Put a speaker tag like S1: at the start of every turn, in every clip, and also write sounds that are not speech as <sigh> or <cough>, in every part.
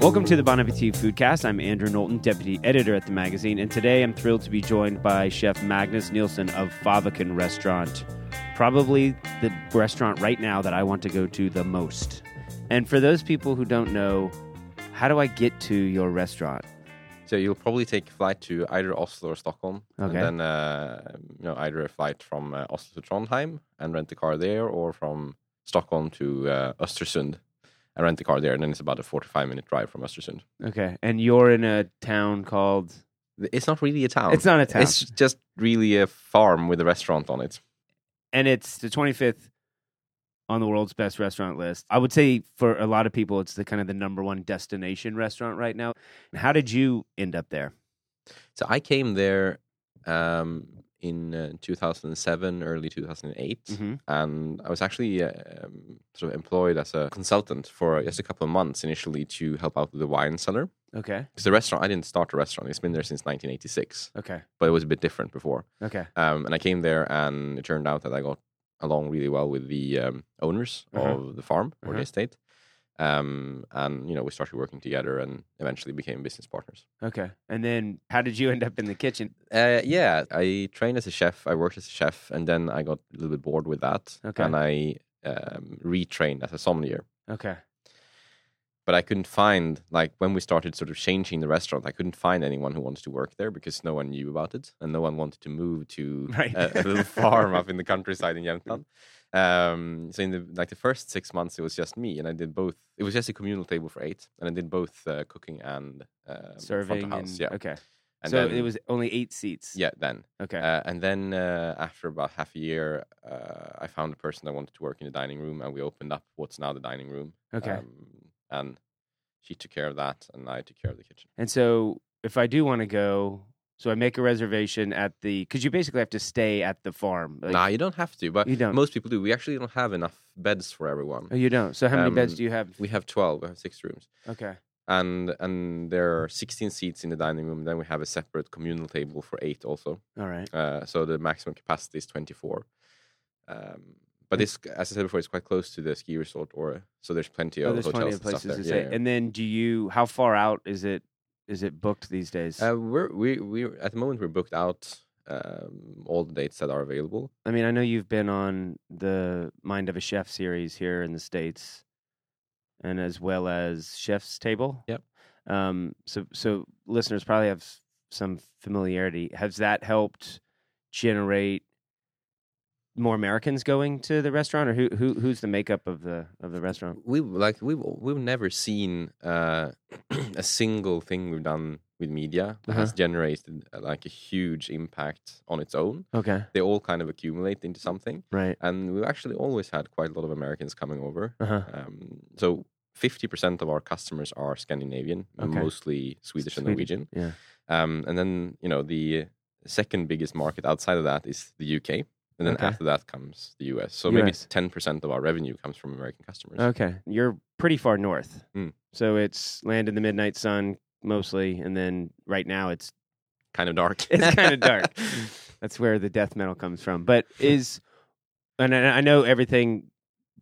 S1: Welcome to the Bon Appetit Foodcast. I'm Andrew Knowlton, deputy editor at the magazine, and today I'm thrilled to be joined by Chef Magnus Nielsen of Favakin Restaurant, probably the restaurant right now that I want to go to the most. And for those people who don't know, how do I get to your restaurant?
S2: So you'll probably take a flight to either Oslo or Stockholm,
S1: Okay.
S2: and then uh, you know either a flight from uh, Oslo to Trondheim and rent a car there, or from Stockholm to uh, Östersund and rent a car there. And then it's about a forty-five minute drive from Östersund.
S1: Okay, and you're in a town called.
S2: It's not really a town.
S1: It's not a town,
S2: It's just really a farm with a restaurant on it.
S1: and it's the 25th on the world's best restaurant list. I would say for a lot of people, it's the kind of the number one destination restaurant right now. How did you end up there?
S2: So I came there um, in uh, 2007, early 2008,
S1: Mhm.
S2: and I was actually uh, um, sort of employed as a consultant for just a couple of months initially to help out with the wine cellar.
S1: Okay.
S2: Because the restaurant, I didn't start the restaurant. It's been there since 1986,
S1: Okay.
S2: but it was a bit different before.
S1: Okay.
S2: Um, and I came there, and it turned out that I got along really well with the um, owners
S1: Uh-huh.
S2: of the farm or
S1: Uh-huh.
S2: the estate. Um, and you know, we started working together, and eventually became business partners.
S1: Okay. And then how did you end up in the kitchen?
S2: Uh, yeah, I trained as a chef. I worked as a chef, and then I got a little bit bored with that,
S1: Okay.
S2: and I um, retrained as a sommelier.
S1: Okay.
S2: But I couldn't find like when we started sort of changing the restaurant, I couldn't find anyone who wanted to work there because no one knew about it, and no one wanted to move to
S1: <laughs> Right. Mm.
S2: a, a little farm up in the countryside in Jämtland. Um, so in the like the first six months, it was just me, and I did both. It was just a communal table for eight, and I did both uh, cooking and um, front of
S1: Serving.
S2: house,
S1: and,
S2: yeah,
S1: Okay.
S2: And
S1: so
S2: then-
S1: it was only eight seats.
S2: yeah. Then
S1: Okay.
S2: uh, and then uh, after about half a year, uh, I found a person that wanted to work in the dining room, and we opened up what's now the dining room.
S1: okay.
S2: Um, and she took care of that, and I took care of the kitchen.
S1: and so if I do want to go, so I make a reservation at the, because you basically have to stay at the farm. like-
S2: nah, you don't have to, but
S1: You don't.
S2: most people do. We actually don't have enough beds for everyone.
S1: Oh, you don't. So how many beds
S2: Um,
S1: do you have?
S2: We have twelve. We have six rooms,
S1: Okay.
S2: and and there are sixteen seats in the dining room. Then we have a separate communal table for eight, also.
S1: All right.
S2: Uh, so the maximum capacity is 24. Um, but this, as I said before, it's quite close to the ski resort, or so there's plenty
S1: Oh,
S2: of
S1: there's
S2: hotels
S1: plenty of
S2: and stuff
S1: places to
S2: there.
S1: stay.
S2: Yeah, yeah.
S1: And then do you, how far out is it, is it booked these days?
S2: Uh, we're we we at the moment we're booked out um, all the dates that are available.
S1: I mean, I know you've been on the Mind of a Chef series here in the States and as well as Chef's Table.
S2: Yep.
S1: Um, so, so listeners probably have s- some familiarity. Has that helped generate more Americans going to the restaurant, or who, who who's the makeup of the of the restaurant?
S2: We like we've we've never seen uh, <clears throat> a single thing we've done with media that
S1: Uh-huh.
S2: has generated uh, like a huge impact on its own.
S1: Okay,
S2: They all kind of accumulate into something,
S1: right.
S2: and we've actually always had quite a lot of Americans coming over.
S1: Uh huh.
S2: Um, so 50% of our customers are Scandinavian, and
S1: Okay.
S2: mostly Swedish and
S1: Swedish,
S2: Norwegian.
S1: yeah.
S2: Um, and then, you know, the second biggest market outside of that is the UK. And then
S1: Okay.
S2: after that comes the US. So maybe
S1: US.
S2: 10% of our revenue comes from American customers.
S1: Okay, you're pretty far north,
S2: Mm.
S1: so it's land in the midnight sun mostly, and then right now it's
S2: Kind of dark.
S1: It's
S2: <laughs>
S1: kinda dark. That's where the death metal comes from. But is, and I I know everything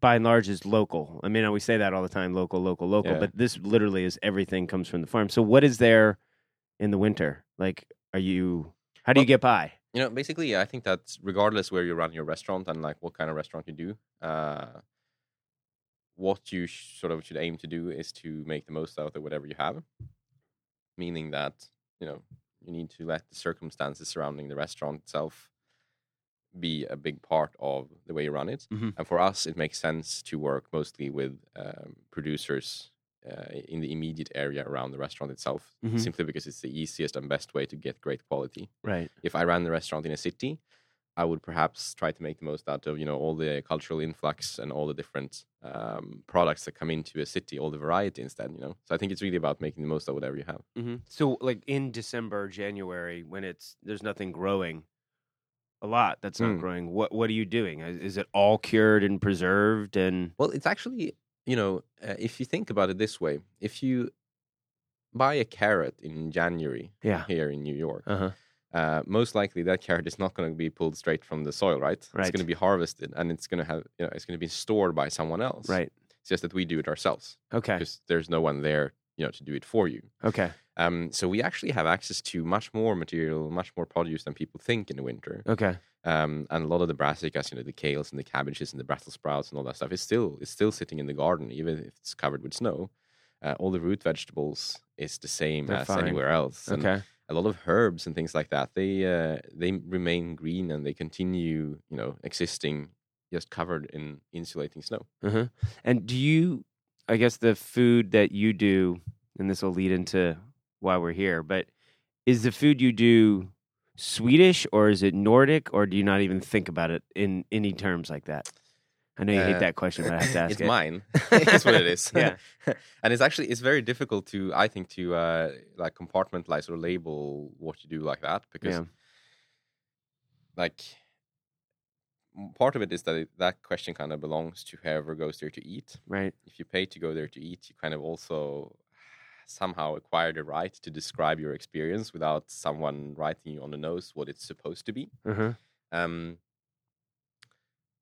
S1: by and large is local. I mean, we say that all the time local, local, local,
S2: Yeah.
S1: but this literally is everything comes from the farm. So, what is there in the winter? Like, are you, how do you
S2: Well-
S1: get by?
S2: you know, basically, I think that's regardless where you run your restaurant and like what kind of restaurant you do, uh, what you sh- sort of should aim to do is to make the most out of whatever you have. Meaning that, you know, you need to let the circumstances surrounding the restaurant itself be a big part of the way you run it.
S1: Mhm.
S2: And for us, it makes sense to work mostly with um, producers uh, in the immediate area around the restaurant itself,
S1: Mhm.
S2: simply because it's the easiest and best way to get great quality
S1: Right.
S2: if I ran the restaurant in a city, I would perhaps try to make the most out of you know all the cultural influx and all the different um, products that come into a city, all the variety instead. You know, so I think it's really about making the most of whatever you have.
S1: Mm-hmm. So, like in December, January, when it's, there's nothing growing. A lot that's not
S2: Mm.
S1: growing. What what are you doing? Is, is it all cured and preserved? And
S2: Well, it's actually you know uh, if you think about it this way, if you buy a carrot in January
S1: yeah,
S2: here in New York,
S1: uh huh,
S2: uh, most likely that carrot is not going to be pulled straight from the soil, right? It's
S1: Right.
S2: going to be harvested and it's going to have you know it's going to be stored by someone else.
S1: right,
S2: It's just that we do it ourselves
S1: okay,
S2: because there's no one there you know to do it for you.
S1: Okay.
S2: Um, so we actually have access to much more material, much more produce than people think in the winter.
S1: Okay.
S2: Um, and a lot of the brassicas, you know, the kales and the cabbages and the brussels sprouts and all that stuff is still is still sitting in the garden, even if it's covered with snow. Uh, all the root vegetables is the same
S1: They're
S2: as
S1: fine.
S2: anywhere else. And
S1: Okay.
S2: a lot of herbs and things like that they uh, they remain green and they continue you know existing just covered in insulating snow
S1: Uh-huh. And do you, I guess the food that you do, and this will lead into why we're here, but is the food you do Swedish or is it Nordic or do you not even think about it in any terms like that? I know you hate
S2: Uh,
S1: that question, but I
S2: <laughs>
S1: have to ask
S2: it's
S1: it. <laughs>
S2: mine that's what it is
S1: Yeah.
S2: <laughs> and it's actually it's very difficult to i think to uh like compartmentalize or label what you do like that because
S1: Yeah.
S2: like m- part of it is that it, that question kind of belongs to whoever goes there to eat
S1: Right.
S2: if you pay to go there to eat, you kind of also somehow acquire the right to describe your experience without someone writing you on the nose what it's supposed to be.
S1: Uh-huh.
S2: Um,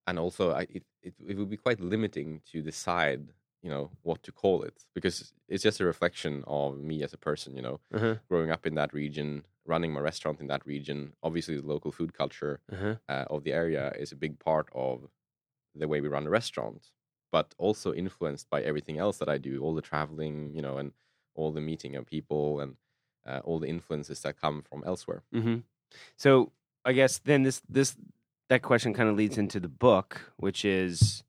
S2: and also, I, it, it it would be quite limiting to decide, you know, what to call it because it's just a reflection of me as a person. You know,
S1: Uh-huh.
S2: growing up in that region, running my restaurant in that region. Obviously, the local food culture
S1: Uh-huh.
S2: uh, of the area is a big part of the way we run the restaurant, but also influenced by everything else that I do, all the traveling, you know, and all the meeting of people and uh, all the influences that come from elsewhere.
S1: Mm-hmm. So I guess then this this that question kind of leads into the book, which is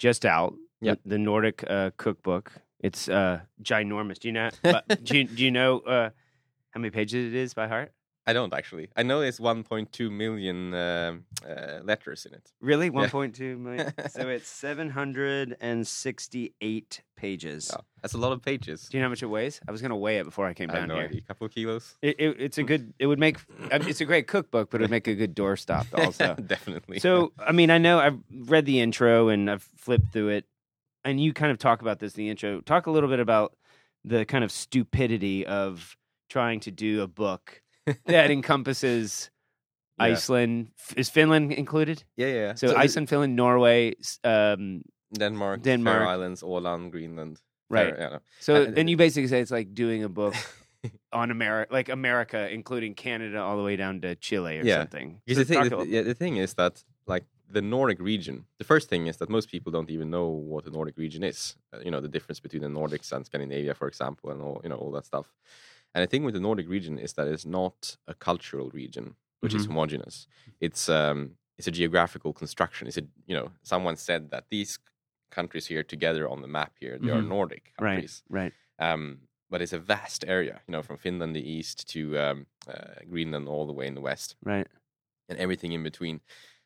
S1: just out.
S2: Yep.
S1: The, the Nordic uh, cookbook. It's uh, ginormous. Do you
S2: <laughs>
S1: know? but do you, do you know uh, how many pages it is by heart?
S2: I don't actually. I know there's 1.2 million um uh, letters in it.
S1: Really, one point two million. so it's seven hundred and sixty-eight pages.
S2: Yeah, that's a lot of pages.
S1: Do you know how much it weighs? I was going to weigh it before I came
S2: Oh. I have
S1: down
S2: no
S1: here.
S2: idea. A couple of
S1: <laughs>
S2: kilos.
S1: It, it, it's a good. It would make. I mean, it's a great cookbook, but it would make a good doorstop also. <laughs>
S2: Oh, <laughs> Definitely.
S1: So, I mean, I know I've read the intro and I've flipped through it, and you kind of talk about this in the intro. Talk a little bit about the kind of stupidity of trying to do a book that <laughs> encompasses
S2: Yeah.
S1: Iceland. F- Is Finland included?
S2: Yeah, yeah.
S1: Uh, So,
S2: it-
S1: Iceland, Finland, Norway. s- Um,
S2: Denmark,
S1: Denmark.
S2: Faroe Islands, Åland, Greenland.
S1: right.
S2: Faroe- yeah, no.
S1: So,
S2: Uh,
S1: and you basically say it's like doing a <laughs>
S2: <laughs>
S1: book on America, like America, including Canada, all the way down to Chile or
S2: Yeah.
S1: something.
S2: Because
S1: So
S2: the, thing,
S1: talk
S2: the,
S1: about-
S2: yeah, the thing is that like the Nordic region, the first thing is that most people don't even know what the Nordic region is. Uh, you know the difference between the Nordics and Scandinavia, for example, and all you know all that stuff. And the thing with the Nordic region is that it's not a cultural region, which
S1: Mm-hmm.
S2: is homogeneous. It's um it's a geographical construction. It's a you know someone said that these countries here together on the map here they are
S1: Mhm.
S2: Nordic
S1: right,
S2: countries.
S1: right.
S2: Um, but it's a vast area, you know, from Finland the east to um, uh, Greenland all the way in the west
S1: Right.
S2: and everything in between.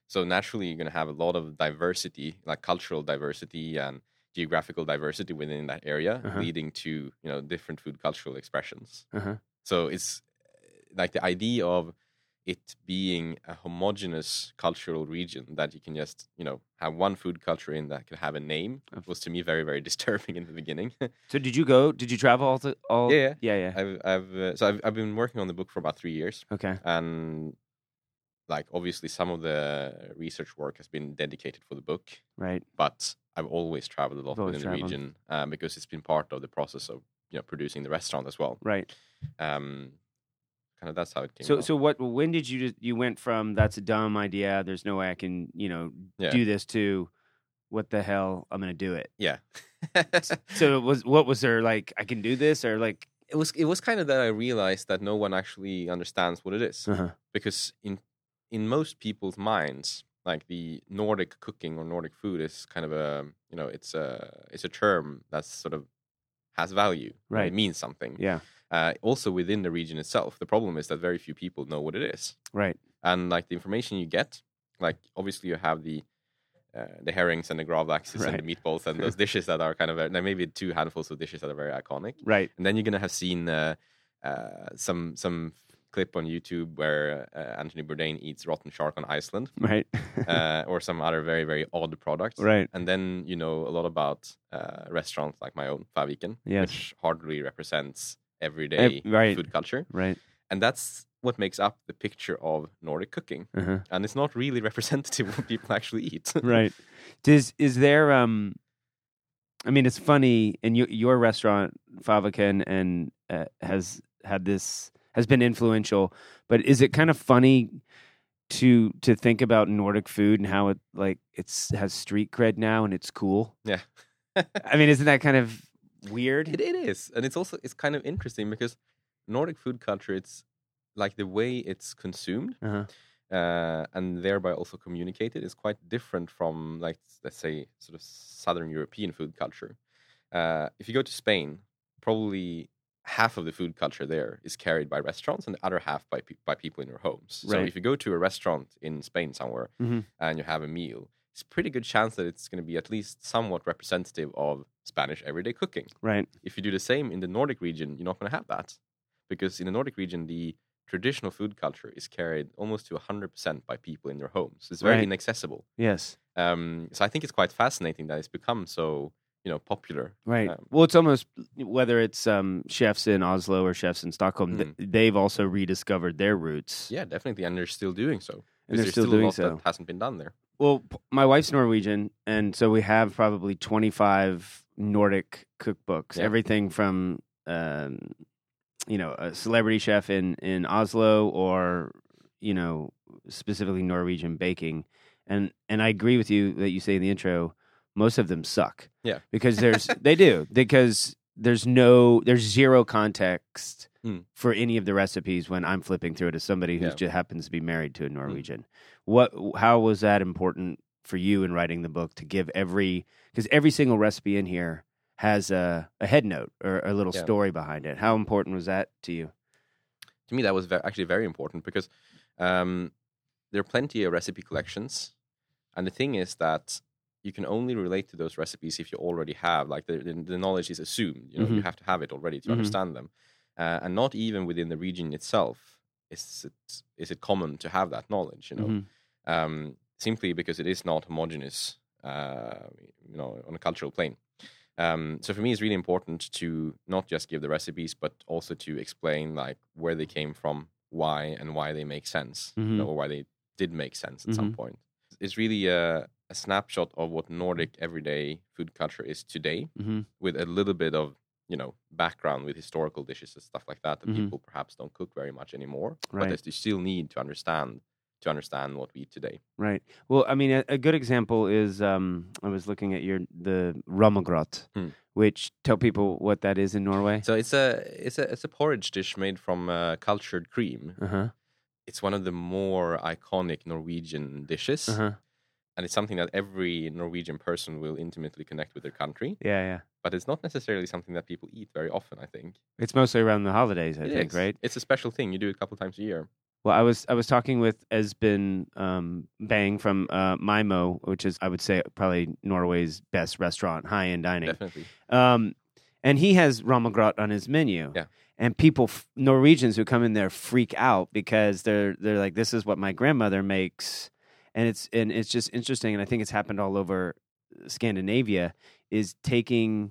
S2: So naturally, you're going to have a lot of diversity, like cultural diversity and geographical diversity within that area,
S1: Uh-huh.
S2: leading to you know different food cultural expressions.
S1: Uh-huh.
S2: So it's uh, like the idea of it being a homogeneous cultural region that you can just you know have one food culture in that could have a name
S1: Of-
S2: was to me very <laughs> very disturbing in the beginning.
S1: So, did you go? Did you travel all? To, all
S2: Yeah,
S1: yeah, yeah.
S2: I've, I've uh, so I've, I've been working on the book for about three years.
S1: Okay.
S2: and like obviously some of the research work has been dedicated for the book
S1: Right.
S2: but i've always traveled a lot
S1: You've always
S2: within the
S1: traveled.
S2: region uh, because it's been part of the process of you know producing the restaurant as well
S1: Right.
S2: um kind of that's how it came
S1: So
S2: about.
S1: so what when did you you went from that's a dumb idea, there's no way I can, you know,
S2: Yeah.
S1: do this to what the hell, I'm going to do it.
S2: yeah <laughs>
S1: So it was what was there like I can do this or like
S2: it was it was kind of that i realized that no one actually understands what it is
S1: uh
S2: because in in most people's minds like the nordic cooking or nordic food is kind of a you know it's a it's a term that's sort of has value you know,
S1: Right.
S2: it means something
S1: yeah,
S2: uh, also within the region itself the problem is that very few people know what it is
S1: right.
S2: and like the information you get like obviously you have the uh, the herrings and the gravlaxes and the meatballs and those
S1: <laughs>
S2: dishes that are kind of uh, there may be two handfuls of dishes that are very iconic
S1: Right. <laughs>
S2: and then you're gonna have seen uh, uh, some some clip on YouTube where uh, Anthony Bourdain eats rotten shark on
S1: <laughs>
S2: Iceland,
S1: Right.
S2: uh, or some other very very odd product.
S1: right.
S2: And then you know a lot about uh, restaurants like my own Faviken,
S1: Yes.
S2: which hardly represents everyday
S1: right.
S2: food culture,
S1: Right.
S2: and that's what makes up the picture of Nordic cooking.
S1: Uh-huh.
S2: And it's not <laughs> really representative of what people actually eat.
S1: Right. Does is there um I mean, it's funny, and your your restaurant Favakin and uh, has had this has been influential. But is it kind of funny to to think about Nordic food and how it like it's has street cred now and it's cool?
S2: Yeah. <laughs>
S1: I mean, isn't that kind of weird?
S2: It, it is, and it's also it's kind of interesting because Nordic food culture, it's like the way it's consumed
S1: Uh-huh.
S2: uh, and thereby also communicated is quite different from like let's say sort of Southern European food culture. Uh, if you go to Spain, probably half of the food culture there is carried by restaurants and the other half by pe- by people in their homes. So
S1: Right.
S2: if you go to a restaurant in Spain somewhere
S1: Mhm.
S2: and you have a meal. It's a pretty good chance that it's going to be at least somewhat representative of Spanish everyday cooking
S1: Right.
S2: if you do the same in the Nordic region, you're not going to have that because in the Nordic region, the traditional food culture is carried almost to 100% by people in their homes. It's very
S1: Right.
S2: inaccessible.
S1: Yes.
S2: Um, so I think it's quite fascinating that it's become so, you know, popular.
S1: Right.
S2: Um,
S1: well, it's almost whether it's um, chefs in Oslo or chefs in Stockholm. th- they've also rediscovered their roots.
S2: Mm. Yeah, definitely. And they're still doing so.
S1: And
S2: because
S1: they're
S2: there's
S1: still doing
S2: a lot
S1: so.
S2: that hasn't been done there.
S1: Well, p- my wife's Norwegian, and so we have probably 25 Nordic cookbooks.
S2: Yeah.
S1: Everything from, um, you know, a celebrity chef in, in Oslo or, you know, specifically Norwegian baking. And, and I agree with you that you say in the intro, most of them suck.
S2: Yeah.
S1: Because
S2: <laughs>
S1: there's, they do, because there's no, there's zero context
S2: Mm.
S1: for any of the recipes when I'm flipping through it as somebody who
S2: Yeah. Hmm.
S1: just happens to be married to a Norwegian what how was that important for you in writing the book to give every because every single recipe in here has a, a head note or a little
S2: Yeah.
S1: story behind it how important was that to you
S2: to me that was ve- actually very important because um, there are plenty of recipe collections and the thing is that you can only relate to those recipes if you already have like the, the, the knowledge is assumed you know you have to have it already to
S1: Mhm.
S2: understand them uh, and not even within the region itself is it is it common to have that knowledge you know
S1: Mhm.
S2: um, simply because it is not homogeneous, uh, you know, on a cultural plane. Um, so for me, it's really important to not just give the recipes, but also to explain like where they came from, why, and why they make sense, you
S1: Mhm.
S2: know, or why they did make sense at some point. It's really a, a snapshot of what Nordic everyday food culture is today,
S1: Mhm.
S2: with a little bit of you know background with historical dishes and stuff like that that
S1: Mhm.
S2: people perhaps don't cook very much anymore,
S1: Right.
S2: but that you still need to understand to understand what we eat today.
S1: right well i mean a, a good example is um i was looking at your the romagrot
S2: Hmm.
S1: which tell people what that is in norway
S2: So it's a it's a it's a porridge dish made from uh, cultured cream.
S1: uh-huh
S2: It's one of the more iconic Norwegian dishes,
S1: uh-huh
S2: and it's something that every Norwegian person will intimately connect with their country.
S1: yeah yeah
S2: But it's not necessarily something that people eat very often. I think
S1: it's mostly around the holidays i
S2: It
S1: think
S2: is.
S1: right
S2: It's a special thing you do it a couple times a year.
S1: Well, I was I was talking with Esben um, Bang from uh, Mimo, which is I would say probably Norway's best restaurant, high end dining.
S2: Definitely,
S1: Um, and he has ramagrot on his menu.
S2: Yeah.
S1: And people, f- Norwegians who come in there, freak out because they're they're like, "This is what my grandmother makes," and it's and it's just interesting. And I think it's happened all over Scandinavia. Is taking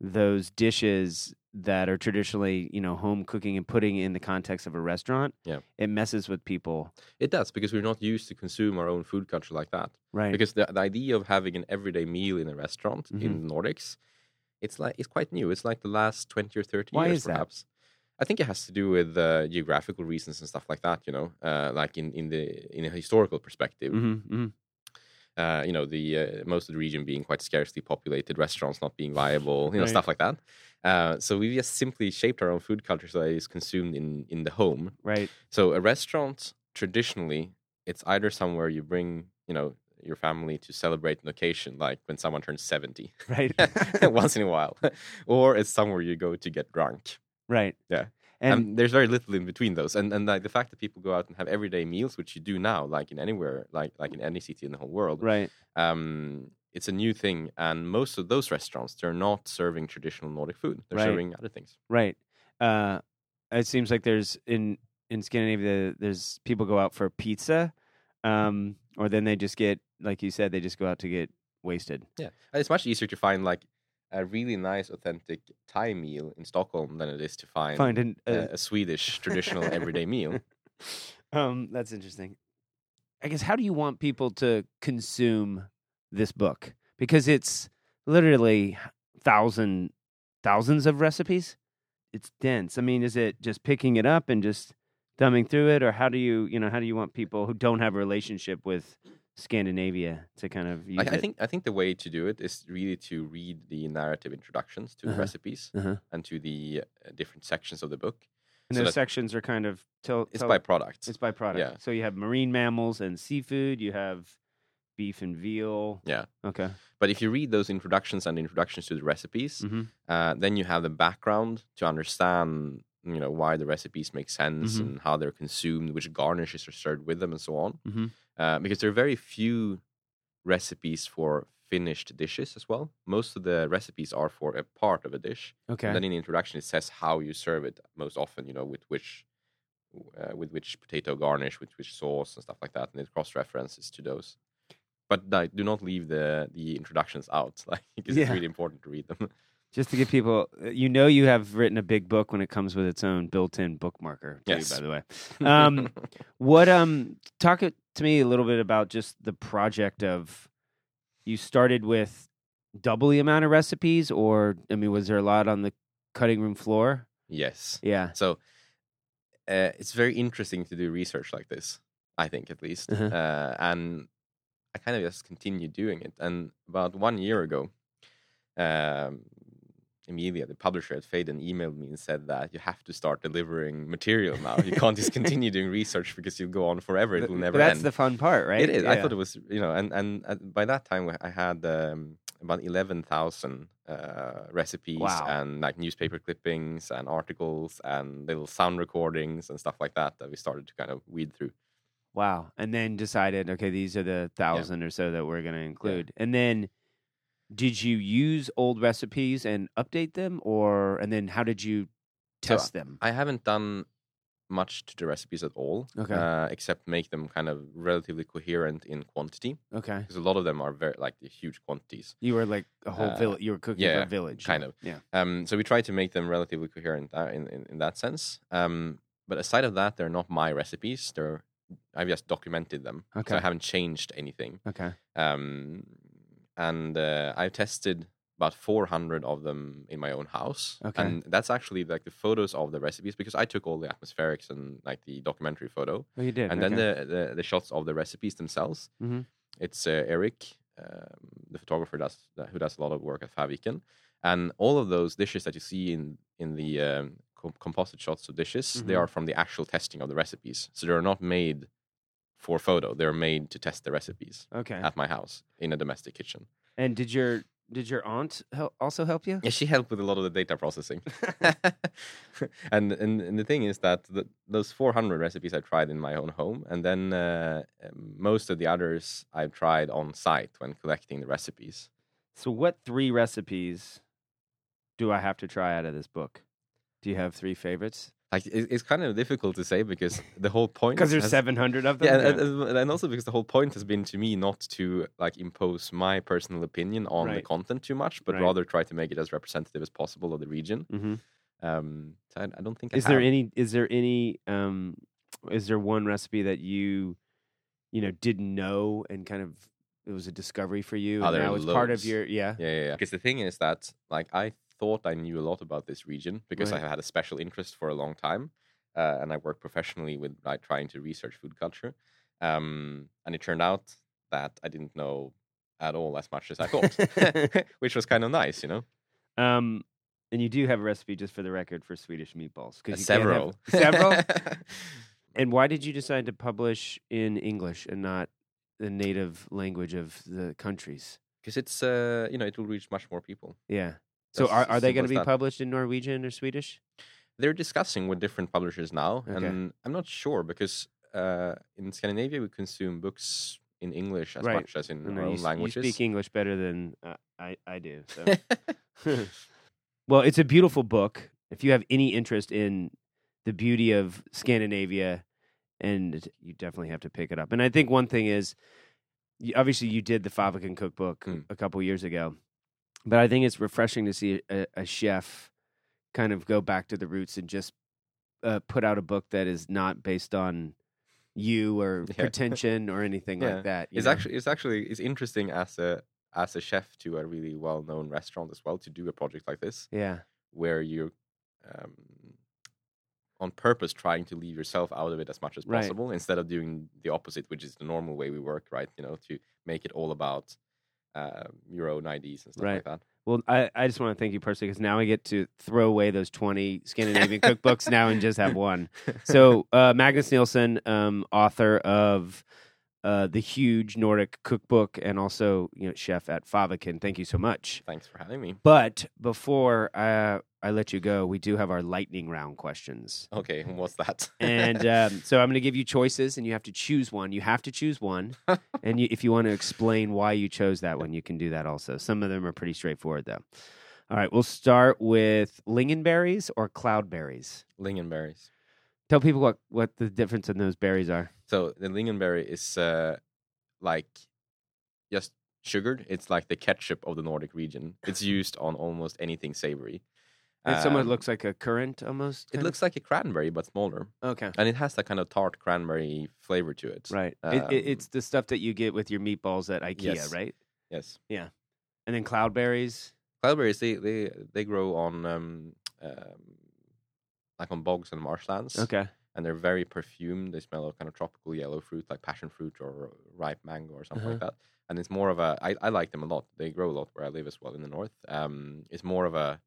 S1: those dishes that are traditionally you know home cooking and putting it in the context of a restaurant.
S2: Yeah.
S1: It messes with people,
S2: it does because we're not used to consume our own food culture like that.
S1: right?
S2: Because the, the idea of having an everyday meal in a restaurant
S1: Mm-hmm.
S2: in the Nordics, it's like it's quite new. It's like the last twenty or thirty
S1: Why
S2: years,
S1: is that?
S2: perhaps. I think it has to do with uh, geographical reasons and stuff like that. You know, uh, like in, in the in a historical perspective,
S1: Mhm, mhm.
S2: uh, you know, the uh, most of the region being quite scarcely populated, restaurants not being viable, you know,
S1: Right.
S2: stuff like that. Uh, so we just simply shaped our own food culture so that it's consumed in in the home.
S1: right, <laughs>
S2: So a restaurant traditionally, it's either somewhere you bring, you know, your family to celebrate an occasion, like when someone
S1: <laughs>
S2: turns seventy, <laughs>
S1: right,
S2: once in a while, <laughs> or it's somewhere you go to get drunk.
S1: right.
S2: Yeah.
S1: and
S2: And there's very little in between those. And and like the fact that people go out and have everyday meals, which you do now, like in anywhere, like like in any city in the whole world,
S1: right,
S2: um, it's a new thing. And most of those restaurants, they're not serving traditional Nordic food; they're
S1: Right.
S2: serving other things.
S1: right. Uh, it seems like there's in in Scandinavia, there's people go out for pizza, um, or then they just get like you said, they just go out to get wasted.
S2: Yeah, and it's much easier to find like a really nice, authentic Thai meal in Stockholm than it is to find,
S1: Find an,
S2: a,
S1: uh,
S2: a Swedish traditional everyday
S1: <laughs>
S2: meal.
S1: um, that's interesting. I guess how do you want people to consume this book because it's literally thousand thousands of recipes. It's dense. I mean, is it just picking it up and just thumbing through it, or how do you you know how do you want people who don't have a relationship with Scandinavia to kind of use
S2: I, I
S1: it?
S2: think I think the way to do it is really to read the narrative introductions to
S1: Uh-huh.
S2: the recipes
S1: Uh-huh.
S2: and to the uh, different sections of the book.
S1: and
S2: so
S1: those
S2: that-
S1: sections are kind of tell,
S2: It's
S1: tell-
S2: by products.
S1: it's by product.
S2: yeah.
S1: So you have marine mammals and seafood. You have beef and veal.
S2: Yeah.
S1: Okay.
S2: But if you read those introductions and introductions to the recipes,
S1: Mm-hmm.
S2: uh, then you have the background to understand, you know, why the recipes make sense
S1: Mhm.
S2: and how they're consumed, which garnishes are served with them, and so on.
S1: Mhm.
S2: Uh, because there are very few recipes for finished dishes as well. Most of the recipes are for a part of a dish.
S1: Okay.
S2: And then in the introduction, it says how you serve it most often. You know, with which, uh, with which potato garnish, with which sauce and stuff like that, and it cross references to those. But like, do not leave the the introductions out, <laughs> like because it's
S1: Yeah.
S2: really important to read them.
S1: Just to give people, uh, you know, you have written a big book when it comes with its own built-in bookmarker. Too,
S2: Yes.
S1: By the way,
S2: <laughs>
S1: um, what um, talk it to me a little bit about just the project of you started with double the amount of recipes, or I mean, was there a lot on the cutting room floor?
S2: yes.
S1: Yeah.
S2: So uh, it's very interesting to do research like this. I think, at least,
S1: Uh-huh.
S2: uh, and I kind of just continued doing it. And about one year ago, um, Emilia, the publisher at Faden, emailed me and said that you have to start delivering material now. You
S1: <laughs>
S2: can't just continue doing research because you'll go on forever. It
S1: But-
S2: will
S1: but
S2: never
S1: that's
S2: end.
S1: the fun part, right?
S2: It is. I
S1: Yeah.
S2: thought it was, you know, and and uh, by that time I had um, about eleven thousand uh, recipes
S1: Wow.
S2: and like newspaper clippings and articles and little sound recordings and stuff like that that we started to kind of weed through.
S1: Wow. And then decided, okay, these are the thousand or so that we're going to include. And then did you use old recipes and update them or and then how did you
S2: So,
S1: test them?
S2: I haven't done much to the recipes at all,
S1: Okay.
S2: uh, except make them kind of relatively coherent in quantity
S1: Okay.
S2: because a lot of them are very like the huge quantities.
S1: You were like a whole
S2: Uh,
S1: village. You were cooking for
S2: yeah,
S1: a village.
S2: kind of.
S1: Yeah.
S2: Um, so we try to make them relatively coherent uh, in, in in that sense. Um, but aside of that, they're not my recipes. They're I've just documented them,
S1: Okay.
S2: so I haven't changed anything.
S1: Okay.
S2: Um, and uh, I've tested about 400 of them in my own house,
S1: Okay.
S2: and that's actually like the photos of the recipes because I took all the atmospherics and like the documentary photo,
S1: Oh, you did.
S2: and then the, the the shots of the recipes themselves.
S1: Mhm.
S2: It's uh, Eric, um, the photographer, does that- who does a lot of work at Faviken, and all of those dishes that you see in in the um, co- composite shots of dishes, they
S1: Mhm.
S2: are from the actual testing of the recipes. So they are not made for photo; they are made to test the uh, recipes
S1: Okay.
S2: at my house in a domestic kitchen.
S1: and did your did your aunt hel- also help you?
S2: Yeah, she helped with a lot of the data processing. <laughs> and, and and the thing is that the, those 400 recipes I tried in my own home, and then uh, most of the others I've tried on site when collecting the recipes.
S1: So what three recipes do I have to try out of this book? Do you have three favorites?
S2: Like it, it's kind of difficult to
S1: <laughs>
S2: say because the whole point
S1: Because there's
S2: has-
S1: 700 of them.
S2: Yeah, uh, and, and- and also because the whole point has been to me not to like impose my personal opinion on the
S1: Right.
S2: content too much, but
S1: Right.
S2: rather try to make it as representative as possible of the region.
S1: mm-hmm.
S2: Um, so I, I don't think I
S1: is there
S2: have.
S1: any is there any um is there one recipe that you you know didn't know and kind of it was a discovery for you
S2: Oh,
S1: and
S2: there
S1: now
S2: are
S1: it's part of
S2: loads.
S1: your yeah
S2: Yeah, yeah, yeah. Because the thing is that, like, I thought I knew a lot about this region because
S1: Right.
S2: I had a special interest for a long time, uh, and I worked professionally with like trying to research food culture. Um, and it turned out that I didn't know at all as much as
S1: <laughs>
S2: I thought, <laughs> which was kind of nice, you know.
S1: um and you do have a recipe just for the record for Swedish meatballs
S2: Uh,
S1: because
S2: several, <laughs>
S1: several and why did you decide to publish in English and not the native language of the countries
S2: because it's uh, you know it will reach much more people.
S1: yeah so
S2: That's
S1: are,
S2: as
S1: are they
S2: simple
S1: going
S2: as
S1: to be
S2: that.
S1: published in Norwegian or Swedish
S2: they're discussing with different publishers now,
S1: Okay.
S2: and I'm not sure because uh, in Scandinavia we consume books in English as
S1: Right.
S2: much as in
S1: I know
S2: our
S1: you,
S2: own
S1: s-
S2: languages.
S1: you speak English better than uh, I I do so <laughs> well, it's a beautiful book. If you have any interest in the beauty of Scandinavia, and you definitely have to pick it up. And I think one thing is, you, obviously, you did the Favakin cookbook
S2: Mm.
S1: a couple years ago, but I think it's refreshing to see a, a chef kind of go back to the roots and just uh, put out a book that is not based on you or
S2: Yeah.
S1: pretension or anything
S2: <laughs> Yeah.
S1: like that. you
S2: it's
S1: know?
S2: actually it's actually it's interesting as a as a chef to a really well known restaurant as well to do a project like this
S1: Yeah.
S2: where you're um, on purpose trying to leave yourself out of it as much as
S1: Right.
S2: possible instead of doing the opposite, which is the normal way we work, right? You know, to make it all about uh, your own IDs and stuff
S1: Right.
S2: like that.
S1: Well, I, I just want to thank you personally because now I get to throw away those 20 Scandinavian cookbooks now and just have one.
S2: <laughs>
S1: So, uh, Magnus Nielsen, um, author of uh, the huge Nordic cookbook and also you know, chef at Favakin, thank you so much.
S2: Thanks for having me.
S1: But before uh, I let you go, we do have our lightning round questions.
S2: Okay, <laughs> and what's that?
S1: And
S2: <laughs>
S1: um, so I'm going to give you choices, and you have to choose one. You have to choose
S2: <laughs>
S1: one. and you, if you want to explain why you chose that one, you can do that also. Some of them are pretty straightforward, though. All right, we'll start with lingonberries or cloudberries.
S2: lingonberries.
S1: Tell people what, what the difference in those berries are.
S2: So the lingonberry is uh, like just sugared. It's like the ketchup of the Nordic region.
S1: <laughs>
S2: It's used on almost anything savory.
S1: It somewhat
S2: Um,
S1: looks like a currant almost.
S2: It looks like a cranberry, but smaller.
S1: okay.
S2: and it has that kind of tart cranberry flavor to it.
S1: Right. it, it, it's
S2: um,
S1: the stuff that you get with your meatballs at IKEA,
S2: Yes.
S1: right?
S2: Yes,
S1: And then cloudberries.
S2: cloudberries they they they grow on um, um like on bogs and marshlands.
S1: Okay.
S2: and they're very perfumed. They smell of kind of tropical yellow fruit, like passion fruit or ripe mango or something like that. And it's more of a I I like them a lot. They grow a lot where I live as well in the north. Um, it's more of a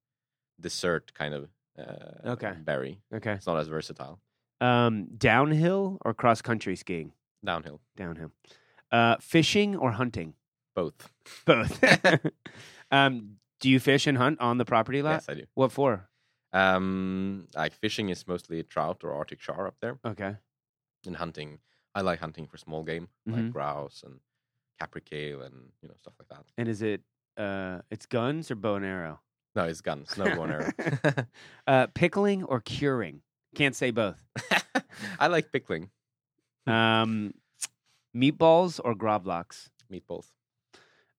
S2: dessert kind of uh,
S1: Okay.
S2: berry.
S1: Okay.
S2: It's not as versatile.
S1: Um, downhill or cross country skiing?
S2: Downhill,
S1: Downhill. Uh, fishing or hunting?
S2: both. <laughs>
S1: Both. <laughs> um, do you fish and hunt on the property lot?
S2: Yes, I do.
S1: What for?
S2: Um, like fishing is mostly trout or Arctic char up there.
S1: Okay.
S2: and hunting. I like hunting for small game,
S1: Mhm.
S2: like grouse and capercaillie and you know stuff like that.
S1: And is it uh, it's guns or bow and arrow?
S2: No, it's
S1: <laughs>
S2: guns, no bow and arrow.
S1: uh, pickling or curing? Can't say both.
S2: <laughs> I like pickling
S1: Um, meatballs or grovlax?
S2: meatballs.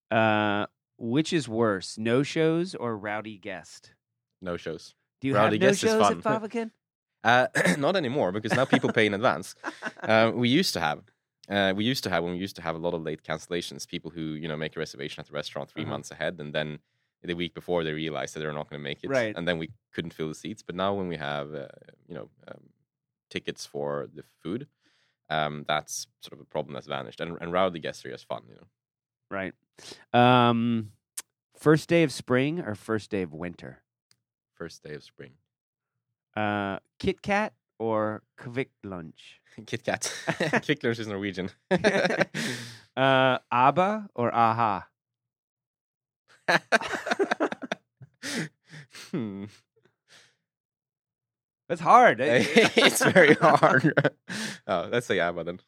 S1: Uh, which is worse, no shows or rowdy guest?
S2: No shows.
S1: Do you
S2: Rowdy
S1: have no
S2: guest is
S1: shows at
S2: fun.
S1: Favakin?
S2: <laughs> Uh, <clears throat> not anymore because now people pay
S1: <laughs>
S2: in advance. Uh, we used to have. Uh, we used to have when we used to have a lot of late cancellations. People who you know make a reservation at the restaurant 3
S1: Uh-huh.
S2: months ahead, and then the week before they realize that they're not going to make it,
S1: Right.
S2: and then we couldn't fill the seats. But now when we have uh, you know um, tickets for the food, um, that's sort of a problem that's vanished. And and Rowdy Guest is fun, you know.
S1: Right. Um, first day of spring or first day of winter?
S2: First day of spring, <laughs>
S1: Uh, Kit Kat or Kvik lunch? <laughs>
S2: Kit Kat, <laughs> Kit Lunch is Norwegian. <laughs>
S1: uh, ABBA or AHA?
S2: Hmm.
S1: That's hard.
S2: <laughs> it's
S1: <laughs>
S2: very hard. <laughs> oh, let's say ABBA then.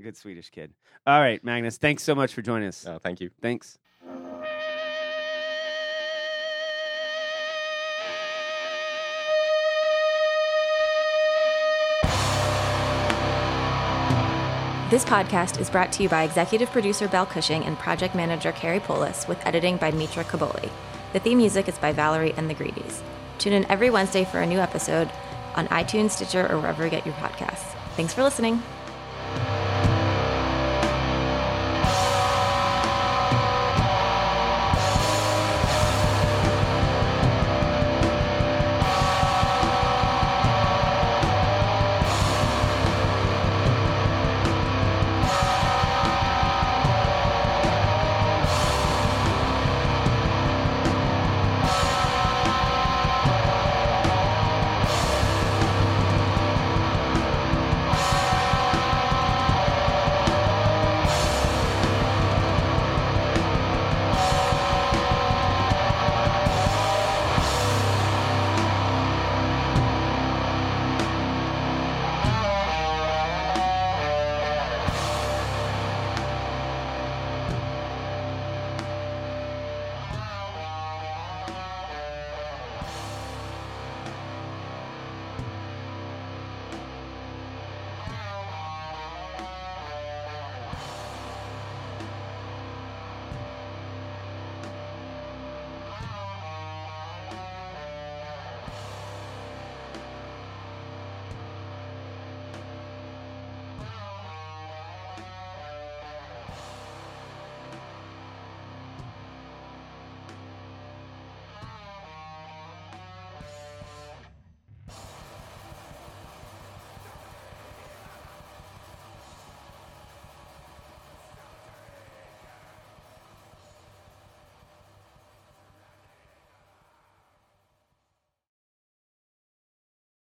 S1: Good Swedish kid. All right, Magnus. Thanks so much for joining us.
S2: <laughs> Oh, thank you.
S1: Thanks.
S3: This podcast is brought to you by executive producer Bel Cushing and project manager Carrie Polis, with editing by Mitra Kaboli. The theme music is by Valerie and the Greedies. Tune in every Wednesday for a new episode on iTunes, Stitcher, or wherever you get your podcasts. Thanks for listening.